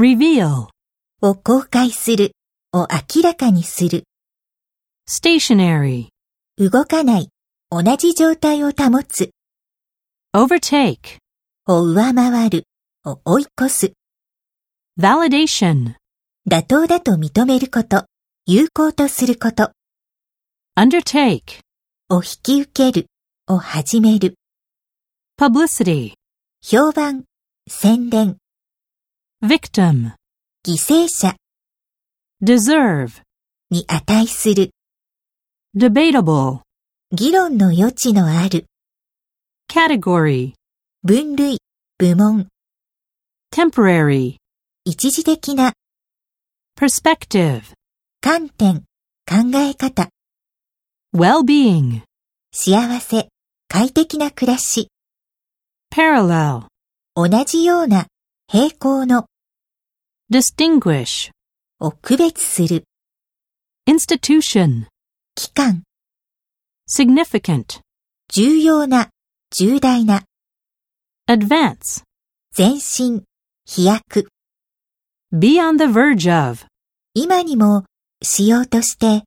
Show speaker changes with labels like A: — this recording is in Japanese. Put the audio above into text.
A: reveal,
B: を公開するを明らかにする、
A: stationary,
B: 動かない、同じ状態を保つ
A: overtake,
B: を上回るを追い越す、
A: validation,
B: 妥当だと認めること、有効とすること
A: undertake,
B: を引き受けるを始める、
A: publicity,
B: 評判、宣伝、
A: victim,
B: 犠牲者
A: deserve,
B: に値する、
A: debatable,
B: 議論の余地のある、
A: category,
B: 分類、部門、
A: temporary,
B: 一時的な
A: perspective,
B: 観点、考え方、
A: well-being,
B: 幸せ、快適な暮らし、
A: parallel,
B: 同じような、平行の、
A: distinguish,
B: を区別する、
A: institution,
B: 期間、
A: significant,
B: 重要な、重大な、
A: advance,
B: 前進、飛躍、
A: be on the verge of.
B: 今にも、しようとして、